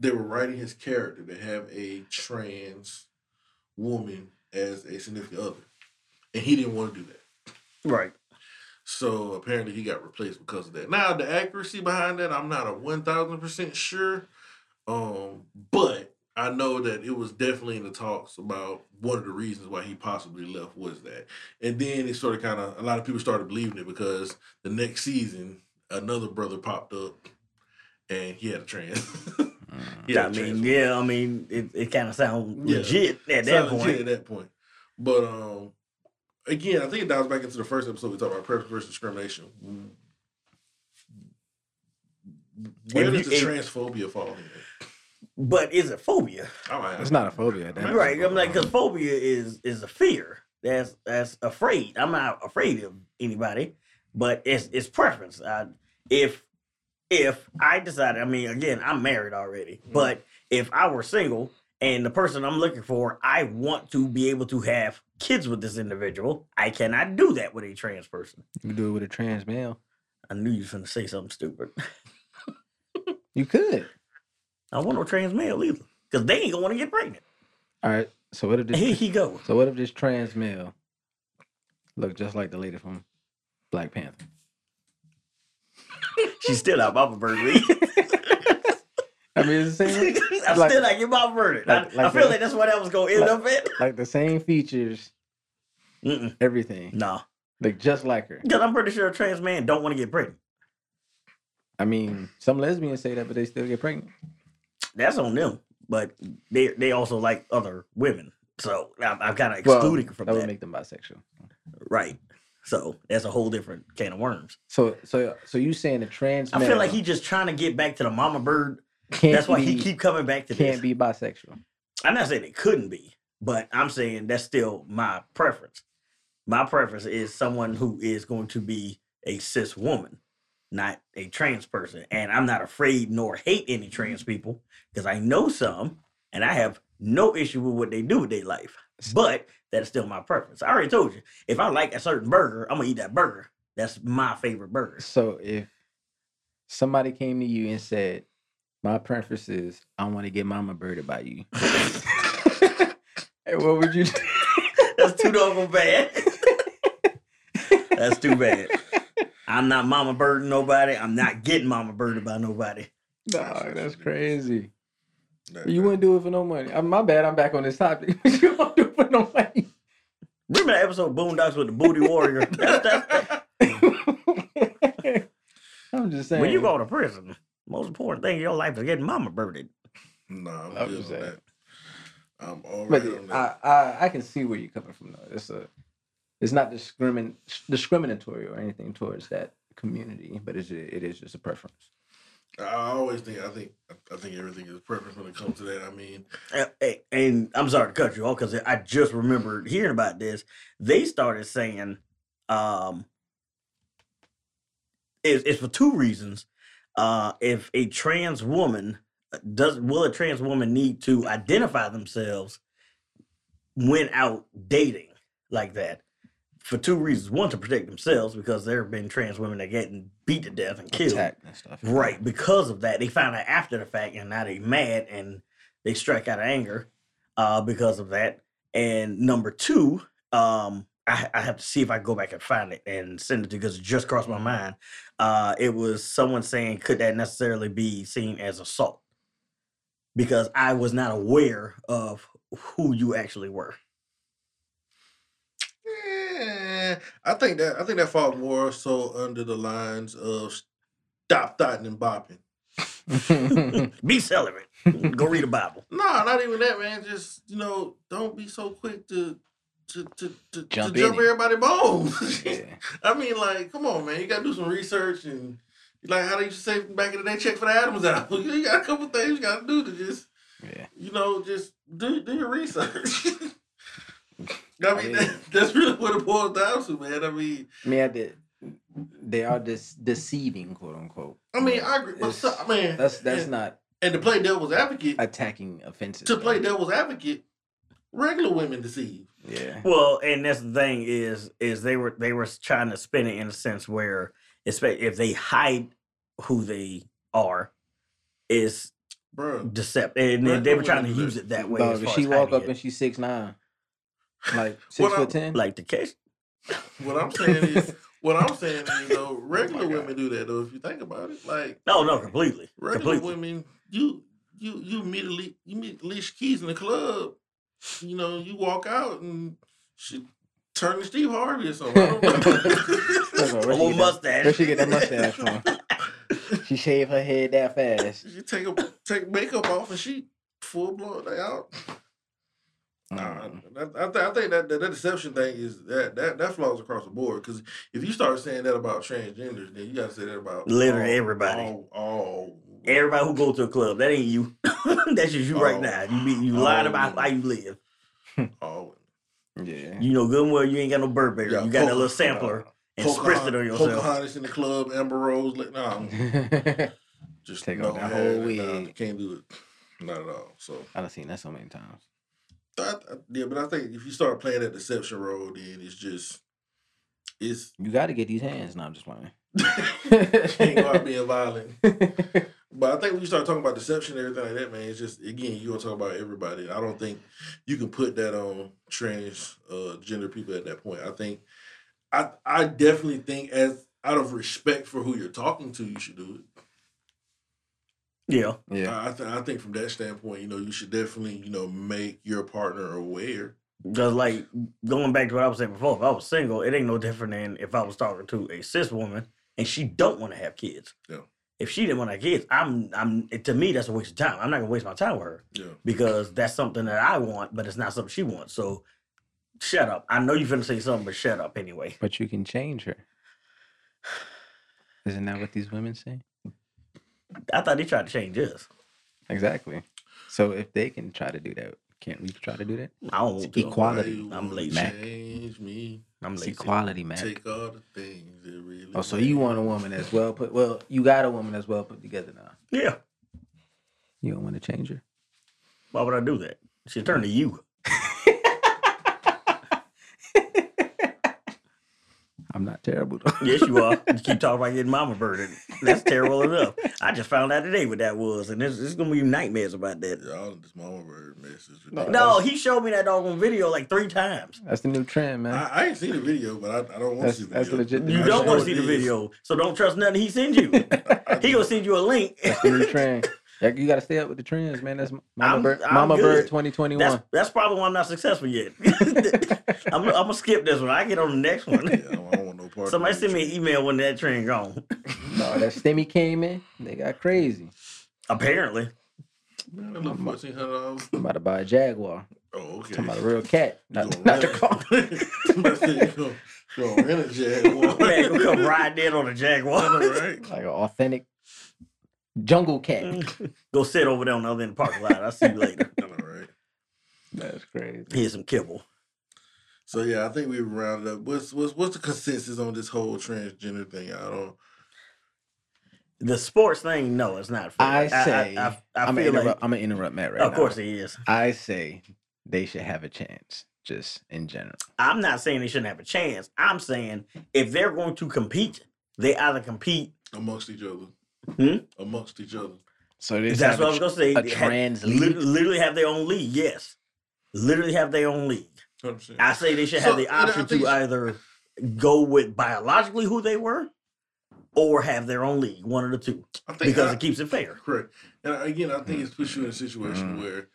they were writing his character to have a trans woman as a significant other, and he didn't want to do that.
right.
So apparently he got replaced because of that. Now the accuracy behind that, I'm not a one thousand percent sure. Um, but I know that it was definitely in the talks about one of the reasons why he possibly left was that. And then it sort of kind of a lot of people started believing it because the next season another brother popped up and he had a trans.
Mm.
He
Yeah, I
had a trans
mean, yeah, I mean, it, it kind of sounds
Yeah.
legit at that
Sounds
point.
legit At that point. But um, again, I think it dials back into the first episode we talked about preference versus discrimination. Where
If
does
you-
the
if-
transphobia fall in?
But is it phobia?
All right.
it's not a phobia. at that
That's
right.
point.
I'm like, because phobia is is a fear. That's that's afraid. I'm not afraid of anybody, but it's it's preference. I, if if I decided, I mean, again, I'm married already,
Mm.
but if I were single and the person I'm looking for, I want to be able to have kids with this individual. I cannot do that with a trans person.
you could do it with a trans male.
I knew you was gonna say something stupid.
You could.
I want no trans male either, because they ain't gonna want to get pregnant.
All right. So what if this?
Here he go.
So what if this trans male look just like the lady from Black Panther?
She's still out Baba Berkeley.
I mean, it's the same,
I'm
Like-
still like get my verdict. I-
like-
I,
like
feel
that.
like that's what I was gonna end
Like-
up at.
like the same features,
Mm-mm,
everything.
no,
Look just like her.
because I'm pretty sure a trans man don't want to get pregnant.
I mean, some lesbians say that, but they still get pregnant.
That's on them. But they they also like other women, so I, I've kind of
Well,
excluded from
that
that,
would make them bisexual.
right? So that's a whole different can of worms.
So, so, so you saying the trans?
I feel
male
like he just trying to get back to the mama bird.
can't
that's why he
be-
keep coming back to this.
can't be bisexual.
I'm not saying it couldn't be, but I'm saying that's still my preference. My preference is someone who is going to be a cis woman, not a trans person. And I'm not afraid nor hate any trans people because I know some and I have no issue with what they do with their life. But that's still my preference. I already told you, if I like a certain burger, I'm gonna eat that burger. That's my favorite burger.
So if somebody came to you and said, "My preference is I want to get mama birded by you," hey, what would you? do?
That's too doggone bad. That's too bad. I'm not mama birding nobody. I'm not getting mama birded by nobody.
Dog, that's
Bisexual.
crazy.
Nah,
You
nah.
wouldn't do it for no money. Uh, my bad. I'm back on this topic. you won't do it for no money.
Remember that episode of Boondocks with the Booty Warrior? That's, that's,
I'm just saying.
when you go to prison, most important thing in your life is getting mama birded.
Nah, I'm
I'm
good
just
on
saying.
that. I'm all
but
right on that.
I, I I can see where you're coming from though. It's a it's not discrimin discriminatory or anything towards that community, but it's ju- it is just a preference.
I always think I think I think everything is preference when it comes to that. I mean,
Uh, hey, and I'm sorry to cut you off because I just remembered hearing about this. They started saying um, it's, it's for two reasons. Uh, if a trans woman uh, does, will a trans woman need to identify themselves when out dating like that? For two reasons: one, to protect themselves because there have been trans women that getting beat to death and killed.
Attack and stuff.
Right, because of that, they found out after the fact, and now they mad and they strike out of anger uh, because of that. And number two, um, I, I have to see if I go back and find it and send it to because it just crossed my mind. Uh, it was someone saying, could that necessarily be seen as assault? Because I was not aware of who you actually were.
eh, I think that I think that falls more so under the lines of stop thotting and bopping.
Be celibate. go read a Bible.
No, not even that, man. Just you know, don't be so quick to to to, to
Jump
to jump
in it.
everybody bones.
yeah.
I mean, like, come on, man. You gotta do some research and like, how do you say back in the day? Check for the atoms out. You got a couple things you gotta do to just
Yeah.
you know, just do do your research. I mean,
mean-
that, that's really what it boils down to, man. I mean,
I mean, I did- they are dis- deceiving, quote unquote.
I mean,
But
I agree. But so,
it's-
I mean,
that's that's
and,
not
and to play devil's advocate,
attacking offenses.
to play
though.
devil's advocate, regular women deceive.
yeah,
Well, and that's the thing is is they were they were trying to spin it in a sense where espe- if they hide who they are is
Bro,
deceptive, and
Right,
they
no
were trying to
one
use
is-
it that way.
Dog,
as
if
far
she
as
walk
hiding
up
it.
and she's six nine, like
What
six
I-
foot ten,
like the case,
what I'm saying is, what I'm saying is, though, regular
God.
women do that, though, if you think about it. Like,
no, no, completely,
regular
completely.
women, you you you meet Ali- you meet Alicia Keys in the club, you know, you walk out and she turn to Steve Harvey or something. I don't
First of
know.
all, where she
A little
get that-
mustache.
where she get that mustache from? She shaved her head that fast.
she take a, take makeup off and she full blown like, out. Nah,
Mm.
I, I, th- I think that, that that deception thing is that that that flaws across the board because if you start saying that about transgenders, then you gotta say that about
Literally
all-
everybody.
all- all
Everybody who go to a club, that ain't you. that's just you
Oh.
right now. You be, you lied
Oh.
about how you live.
all
Yeah.
You know good and well you ain't got no Burberry.
Yeah,
you got that
poke-
little
uh,
sampler and spritzed it on
Pocahont-
yourself.
Pocahontas in the club, Amber Rose. Like, nah, I'm just
Take
no,
off that
yeah,
whole
nah,
wig.
can't do it. Not at all. So,
I've seen that so many times.
I, I- yeah, but I think if you start playing that deception role, then it's just it's
You got to get these hands. No, I'm just playing.
can't go out being violent. But I think when you start talking about deception and everything like that, man, it's just again you gonna talk about everybody. I don't think you can put that on trans uh, gender people at that point. I think I I definitely think as out of respect for who you're talking to, you should do it.
Yeah,
yeah.
I I, th- I think from that standpoint, you know, you should definitely you know make your partner aware.
Because, like, going back to what I was saying before, if I was single, it ain't no different than if I was talking to a cis woman and she don't want to have kids.
Yeah.
If she didn't want to have kids, I'm, I'm. To me, that's a waste of time. I'm not gonna waste my time with her
Yeah,
because that's something that I want, but it's not something she wants. So, shut up. I know you're finna say something, but shut up anyway.
But you can change her. Isn't that what these women say?
I thought they tried to change us.
Exactly. So if they can try to do that, can't we try to do that?
I don't want to.
equal- Quality.
Nobody
I'm
will
lazy.
Mac.
Change me.
I'm
It's
lazy.
equality, man.
Take all the things that really.
Oh, so you
matter.
want a woman as well put? Well, you got a woman as well put together now.
Yeah.
You don't want to change her.
Why would I do that? She turned to you.
I'm not terrible though.
Yes, you are. You keep talking about getting mama birded. That's terrible enough. I just found out today what that was, and it's, it's gonna be nightmares about that.
Y'all, this mama bird mess is
No,
ridiculous.
No, he showed me that dog on video like three times.
That's the new trend, man.
I, I ain't seen the video, but I, I don't want to
That's-
see the
that's
video.
legit.
You
I
don't
know
want
it
to see the
is.
video, so don't trust nothing he sends you. He gonna send you a link.
That's the new trend. Yeah, you got to stay up with the trends, man. That's Mama
I'm-
Bird,
I'm
Mama Bird
good. That's
2021.
that's probably why I'm not successful yet. I'm, I'm gonna skip this one. I get on the next
Yeah, I
one.
don't, I don't want no part. of
Somebody
that
send me e- an
shit.
email when that trend gone.
no, that stimmy came in. They got crazy.
Apparently,
Man, I look fourteen hundred dollars.
I'm about to buy a Jaguar.
Oh, okay.
Talking about a real cat,
You
not,
gonna
not the
rent
car.
it. Somebody said you gonna- gonna rent a Jaguar.
man, come ride in on a
I know,
Jaguar.
right?
Like an authentic Jungle
Mm.
Cat.
Go sit over there on the other end of the parking lot. I'll see you later.
All right.
That's crazy.
Here's some kibble.
So yeah, I think we rounded up. What's what's what's the consensus on this whole transgender thing? I don't.
The sports thing, no, it's not. fair.
I say
I, I, I
I'm, gonna
feel
interrupt,
like,
I'm gonna interrupt Matt right
of
now.
course, he is.
I say they should have a chance, just in general.
I'm not saying they shouldn't have a chance. I'm saying if they're going to compete, they either compete.
amongst each other.
Hmm?
Amongst each other.
So they should
That's
have
what I
a
was
tr-
gonna say.
a
They have-
trans
lit-
league.
literally have their own league. Yes, literally have their own league.
100%.
I say they should
So,
have
you
the
know, I
option
think-
to either go with biologically who they were, or have their own league. One of the two,
I think
because
I-
it keeps it fair.
correct. And again, I think it's puts you in a situation
Mm.
where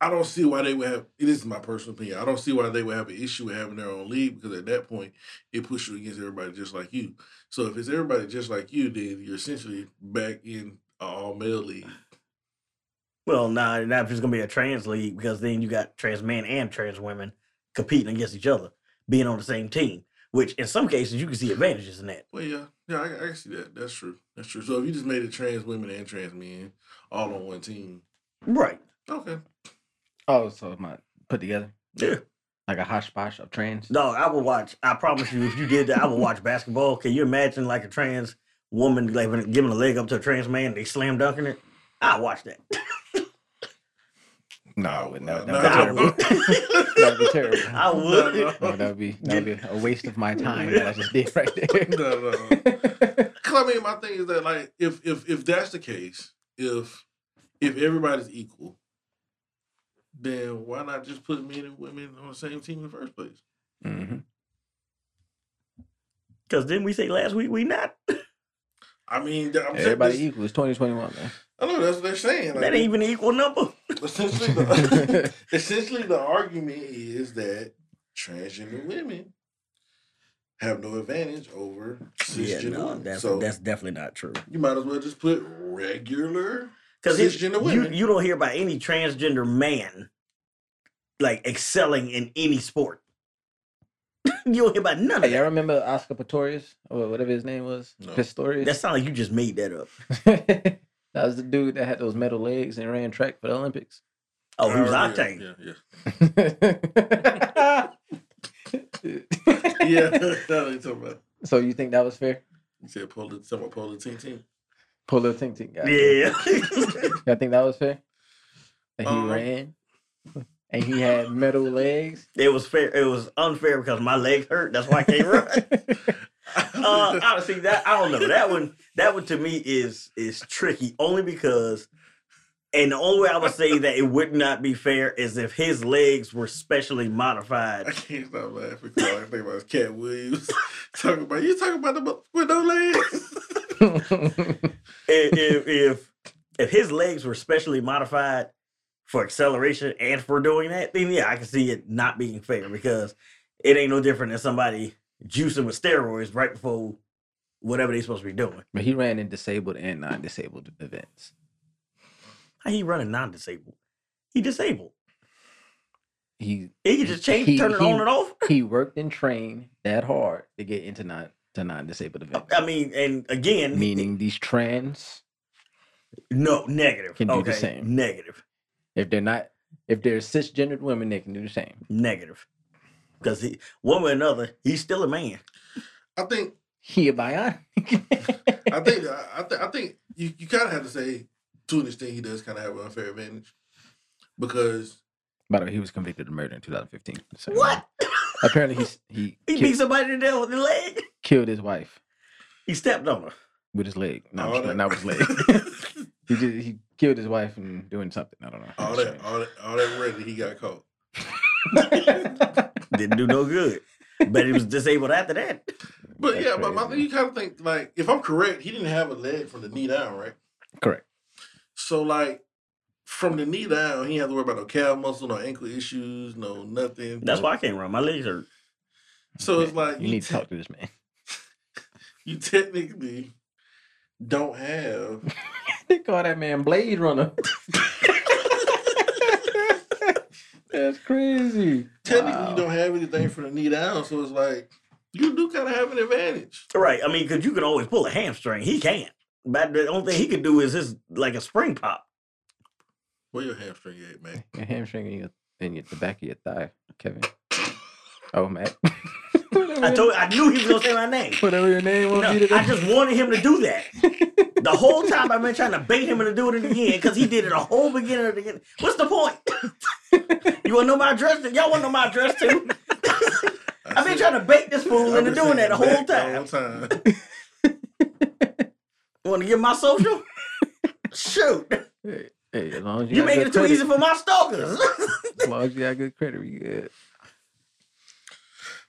I don't see why they would have. It is my personal opinion. I don't see why they would have an issue with having their own league because at that point it puts you against everybody just like you. So if it's everybody just like you, then you're essentially back in a all male league.
Well, nah, now if it's gonna be a trans league, because then you got trans men and trans women competing against each other, being on the same team. Which in some cases you can see advantages in that.
Well, yeah, yeah, I, I can see that. That's true. That's true. So if you just made it trans women and trans men all on one team,
Right.
okay,
Oh, so my put together.
Yeah.
Like a hodgepodge of trans.
No, I would watch. I promise you, if you did that, I would watch basketball. Can you imagine like a trans woman like when- giving a leg up to a trans man and they slam dunking it? I watch that.
No,
I
I
would
wouldn't. That would
not.
that would be
No,
terrible. That'd be terrible.
I would.
No,
No, that would be that would be a waste of my time that I just did right there.
no, no. Cause I mean, my thing is that like if if if that's the case, if if everybody's equal, then why not just put men and women on the same team in the first place?
Mhm.
Because didn't we say last week we not?
I mean, that- I'm saying
Everybody
this-
equals twenty twenty one, man.
I know that's what they're saying.
That ain't
Like,
even an equal number.
essentially, the, essentially the argument is that transgender women have no advantage over cisgender women. so
definitely not true.
you might as well just put regular.
Because
Cisgender
you,
women.
you don't hear about any transgender man like excelling in any sport. you don't hear about none of
Hey,
that.
y'all remember Oscar Pistorius or whatever his name was?
No.
Pistorius.
That sounds like you just made that up.
that was the dude that had those metal legs and ran track for the Olympics.
Oh, who's
Uh, yeah,
Octane?
Yeah, yeah. Yeah,
yeah.
that's what you're talking about.
So you think that was fair?
You said pull the, talking about pull the team team.
Poor little Tink Tink guy.
Yeah.
Y'all think that was fair? That he
Um,
ran and he had metal legs.
It was fair. It was unfair because my leg hurt. That's why I can't run. Uh, honestly, that I don't know. That one, that one to me is is tricky only because, and the only way I would say that it would not be fair is if his legs were specially
I
modified.
can't stop laughing because all I think about is Cat Williams talking about you talking about the motherfucker with no legs.
If if if, if his legs were specially modified for acceleration and for doing that, then yeah, I can see it not being fair because it ain't no different than somebody juicing with steroids right before whatever they supposed to be doing.
but he ran in disabled and non-disabled events.
How he running non-disabled? He disabled.
He
He can just change,
He-
turn it
he-
on and off.
he worked and trained that hard to get into non to non-disabled events.
I mean, and again,
Meaning these trans,
no negative.
Can do
okay,
the same.
negative,
if they're not, if they're cisgendered women, they can do the same.
negative. Because he, one way or another, he's still a man.
I think
He a bionic.
I think I, th- I think you, you kind of have to say to an extent he does kind of have an unfair advantage because
By the way, he was convicted of murder in 2015. So, you know,
What?
Apparently, he's, he
he
ki-
beat somebody to death with his leg.
killed his wife
He stepped on her.
with his leg. No, I'm
all that
just kidding, not with his leg. he just, he killed his wife and doing something. I don't know.
all that all that all that ready he got caught.
Didn't do no good. But he was disabled after that.
But
That's
yeah, but my
crazy.
thing you kind of think like if I'm correct, he didn't have a leg from the knee down, right?
Correct.
So like from the knee down, he had to worry about no calf muscle, no ankle issues, no nothing.
That's why I can't run. My legs hurt.
So it's
Yeah,
like
you need to
te-
talk to this man.
you technically don't have
they call that man Blade Runner. That's crazy.
technically
Wow.
you don't have anything from the knee down, so it's like you do kind of have an advantage.
Right. I mean, because you can always pull a hamstring. He can't. But the only thing he could do is his like a spring pop.
Where your hamstring at, man?
Your hamstring and, your, and your, the back of your thigh, Kevin. Oh, Matt. whatever,
I
your-
told I knew he was gonna say my name.
whatever your name
No,
won't be today.
I just wanted him to do that. The whole time I've been trying to bait him into doing it again because he did it a whole beginning of the beginning. What's the point? you want to know my address? Y'all want to know my address too? I've been trying to bait this fool into doing that the whole time.
whole time.
Want to get my social? Shoot,
Hey, hey, as long as you,
you
got
making
good
it too
credit,
easy for my stalkers.
As long as you got good credit, we good.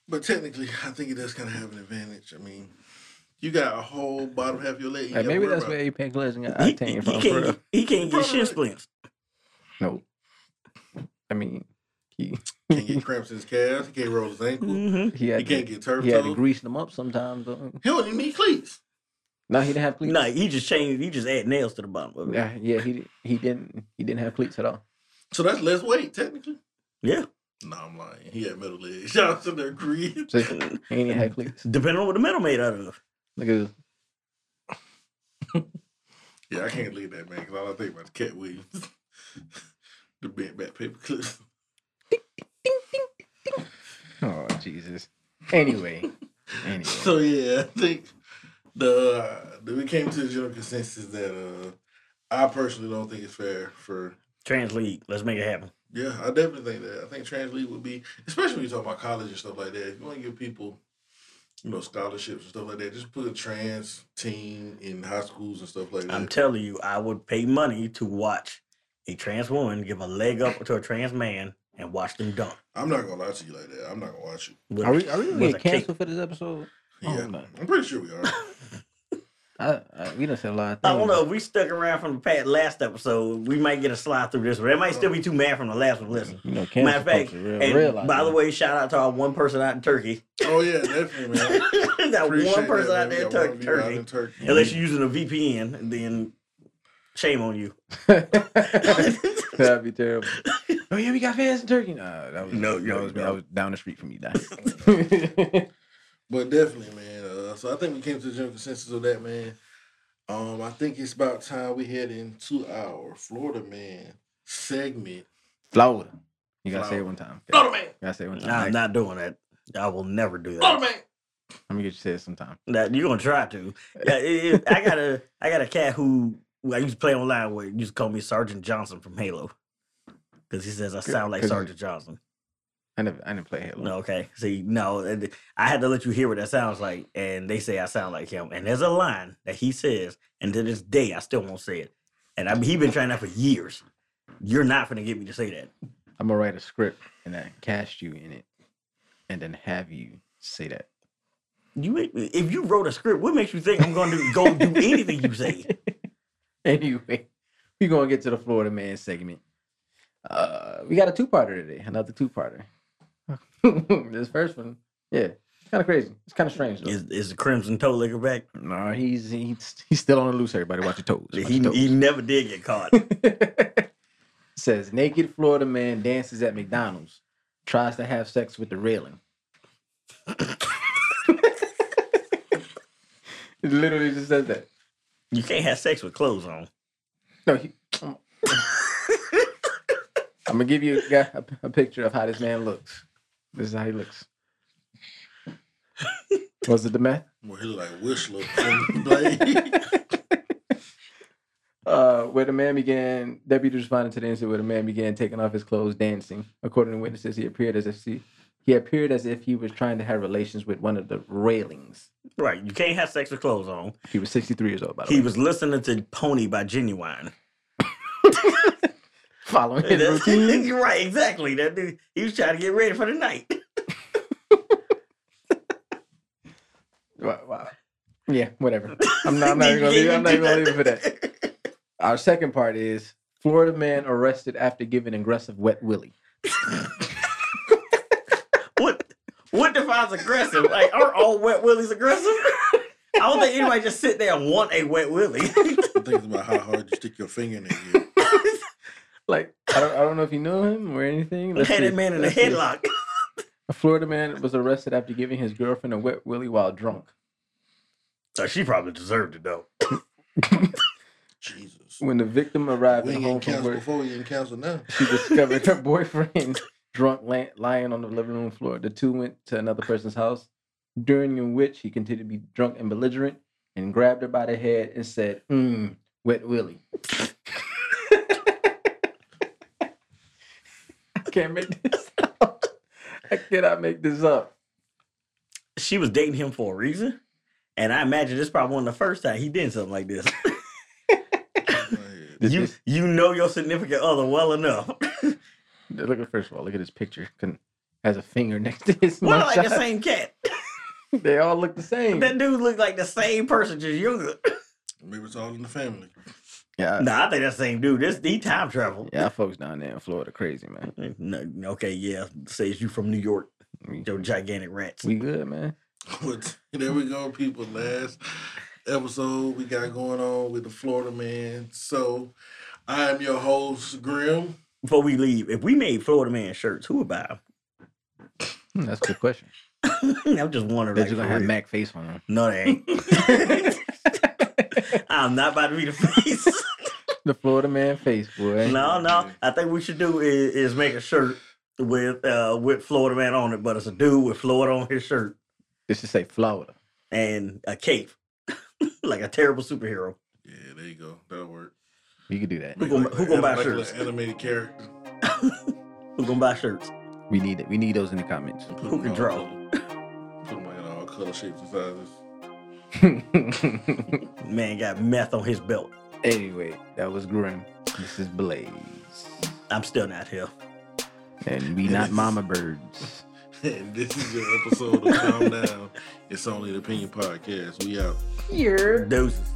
But technically, I think it does kind of have an advantage. I mean, you got a whole bottom half of your leg. you
Hey,
gotta
maybe
worry
that's
about.
where Apex Legends got
he,
Octane
he
from. for
can't,
real.
get- he can't get
Probably.
shin splints.
No. I mean, he
can't get cramps in his calves. He can't roll his ankle.
hmm
he
He
had
can't
to,
get turf
he had to
toe.
grease them up sometimes though.
He don't even need cleats.
No, he didn't have cleats.
No, he just changed. He just add nails to the bottom of it.
Yeah, yeah, he di- he didn't he didn't have cleats at all.
So that's less weight, technically.
Yeah.
No, I'm lying. He had metal legs. Y'all sitting there agreeing.
See, he ain't even had cleats.
Depending on what the metal made out of.
Look at this.
Yeah, I can't leave that, man, because all I think about is Cat Williams. the bent back paper clips.
Oh Jesus. Anyway, anyway,
So, yeah, I think the, the we came to the general consensus that uh, I personally don't think it's fair for
Trans league. Let's make it happen.
Yeah, I definitely think that. I think trans league would be, especially when you talk about college and stuff like that. If you want to give people, you know, scholarships and stuff like that, just put a trans team in high schools and stuff like that.
Mm.
I'm telling you, I would pay money to watch a trans woman give a leg up to a trans man and watch them dunk.
I'm not gonna lie to you like that. I'm not gonna watch you.
with-
are we are we gonna
with
get
a kick.
canceled for this episode? Oh,
Yeah,
no.
I'm pretty sure we are.
I, I we done said a lot of things.
I don't know. If we stuck around from the past last episode, we might get a slide through this one. They might still be too mad from the last one. Listen.
You know,
Matter
cancel
of fact,
culture real,
and
real out
by the
there.
way, shout out to our one person out in Turkey.
oh yeah, definitely, man.
that
Appreciate
one person
that, man.
out there in
We got one
Tur-
viewer out
Turkey.
in Turkey.
Unless you're using a VPN, and then shame on you.
That'd be terrible. Oh yeah, we got fans in Turkey. Nah, that was
No,
that
no,
was me. I
no.
was down the street from you, that.
But definitely, man. Uh, so I think we came to the general consensus of that, man. Um, I think it's about time we head into our Florida man segment.
Florida. You gotta say
Florida.
it one time.
Florida man,
You gotta say it one time.
Nah, Oh, I'm
Next-
not doing that. I will never do
Florida
that.
man.
I'm gonna get you to say it sometime.
That you're gonna try to. Yeah, it- it- I got a I got a cat who, who I used to play online with. Used to call me Sergeant Johnson from Halo because he says I sound like
'cause you-
Sergeant Johnson.
I never I didn't play Halo.
No, okay. See, no, and I had to let you hear what that sounds like, and they say I sound like him. And there's a line that he says, and to this day I still won't say it. And I, he been trying that for years. You're not gonna get me to say that.
I'm gonna write a script and then cast you in it and then have you say that.
You make me- if you wrote a script, what makes you think I'm gonna do, go do anything you say?
Anyway, we're gonna get to the Florida man segment. Uh we got a two parter today, another two parter. this first one, yeah, it's kind of crazy. It's kind of strange though.
Is is the Crimson Toe liquor back?
No, he's he's he's still on the loose. Everybody, watch your toes. Watch
He,
your toes.
he never did get caught.
Says naked Florida man dances at McDonald's, tries to have sex with the railing. it literally just says that.
You can't have sex with clothes on.
No, he, I'm, I'm gonna give you a, guy- a, a picture of how this man looks. This is how he looks. Was it the man?
Well, he look like Whistler from Blade.
uh, where the man began, deputies responded to the incident where the man began taking off his clothes, dancing. According to witnesses, he appeared as if he, he appeared as if he was trying to have relations with one of the railings.
Right. You can't have sex with clothes on.
He was 63 years old, by the
He
way.
was listening to Pony by Genuine.
following his
That's-
routine.
You're right, exactly. That dude, he was trying to get ready for the night.
Wow, wow. Yeah, whatever. I'm not, I'm not even gonna leave. I'm not even gonna leave it for that. Our second part is Florida man arrested after giving aggressive wet willy.
What what defines aggressive? Like, are all wet willies aggressive? I don't think anybody just sit there and want a wet willy.
I'm thinking about how hard you stick your finger in it.
Like I don't, I don't know if you know him or anything. Let's
had
see.
that man in a
Let's see.
headlock.
A Florida man was arrested after giving his girlfriend a wet willy while drunk.
So she probably deserved it though.
Jesus.
When the victim arrived
We
at
ain't
home
in
from
counsel
work,
before, you in counsel now.
she discovered her boyfriend drunk la- lying on the living room floor. The two went to another person's house, during which he continued to be drunk and belligerent and grabbed her by the head and said, mm, Wet Willie. I can't make this up. I cannot make this up.
She was dating him for a reason. And I imagine this probably one of the first time he did something like this.
This-
you
this-
you know your significant other well enough.
Look at first of all, look at his picture. Can- Has a finger next to his
Well, like the
mugshot.
same cat.
They all look the same.
That dude looked like the same person, just younger.
Maybe it's all in the family.
Yeah, I-
Nah, I think that same dude. This he time traveled.
yeah, folks down there in Florida crazy man.
No, okay, yeah. Says you from New York,
We,
your gigantic rats.
we good, man.
But there we go, people. Last episode we got going on with the Florida man. So I am your host, Grim.
Before we leave, if we made Florida man shirts, who would buy 'em?
Hmm, that's a good question.
I'm just wondering.
That
like,
you're gonna
for
have
real.
Mac face on.
No, they ain't. I'm not about to be the face.
The Florida man face, boy.
no, no. I think we should do is, is make a shirt with uh with Florida man on it, but it's a dude with Florida on his shirt
It should say Florida.
and a cape, like a terrible superhero.
Yeah, there you go. That'll work.
We could do that.
Make
gonna-
like
who
a-
gonna buy
like a
shirts?
Animated character.
Who's gonna buy shirts?
We need it. We need those in the comments.
Put
Who
them
can
all
draw?
color- Put them in all color shapes and sizes.
Man got meth on his belt.
anyway, that was grim. This is Blaze,
I'm still not here.
and we not mama birds.
And this is your episode of Calm Down. It's only an opinion podcast. We out.
Deuces.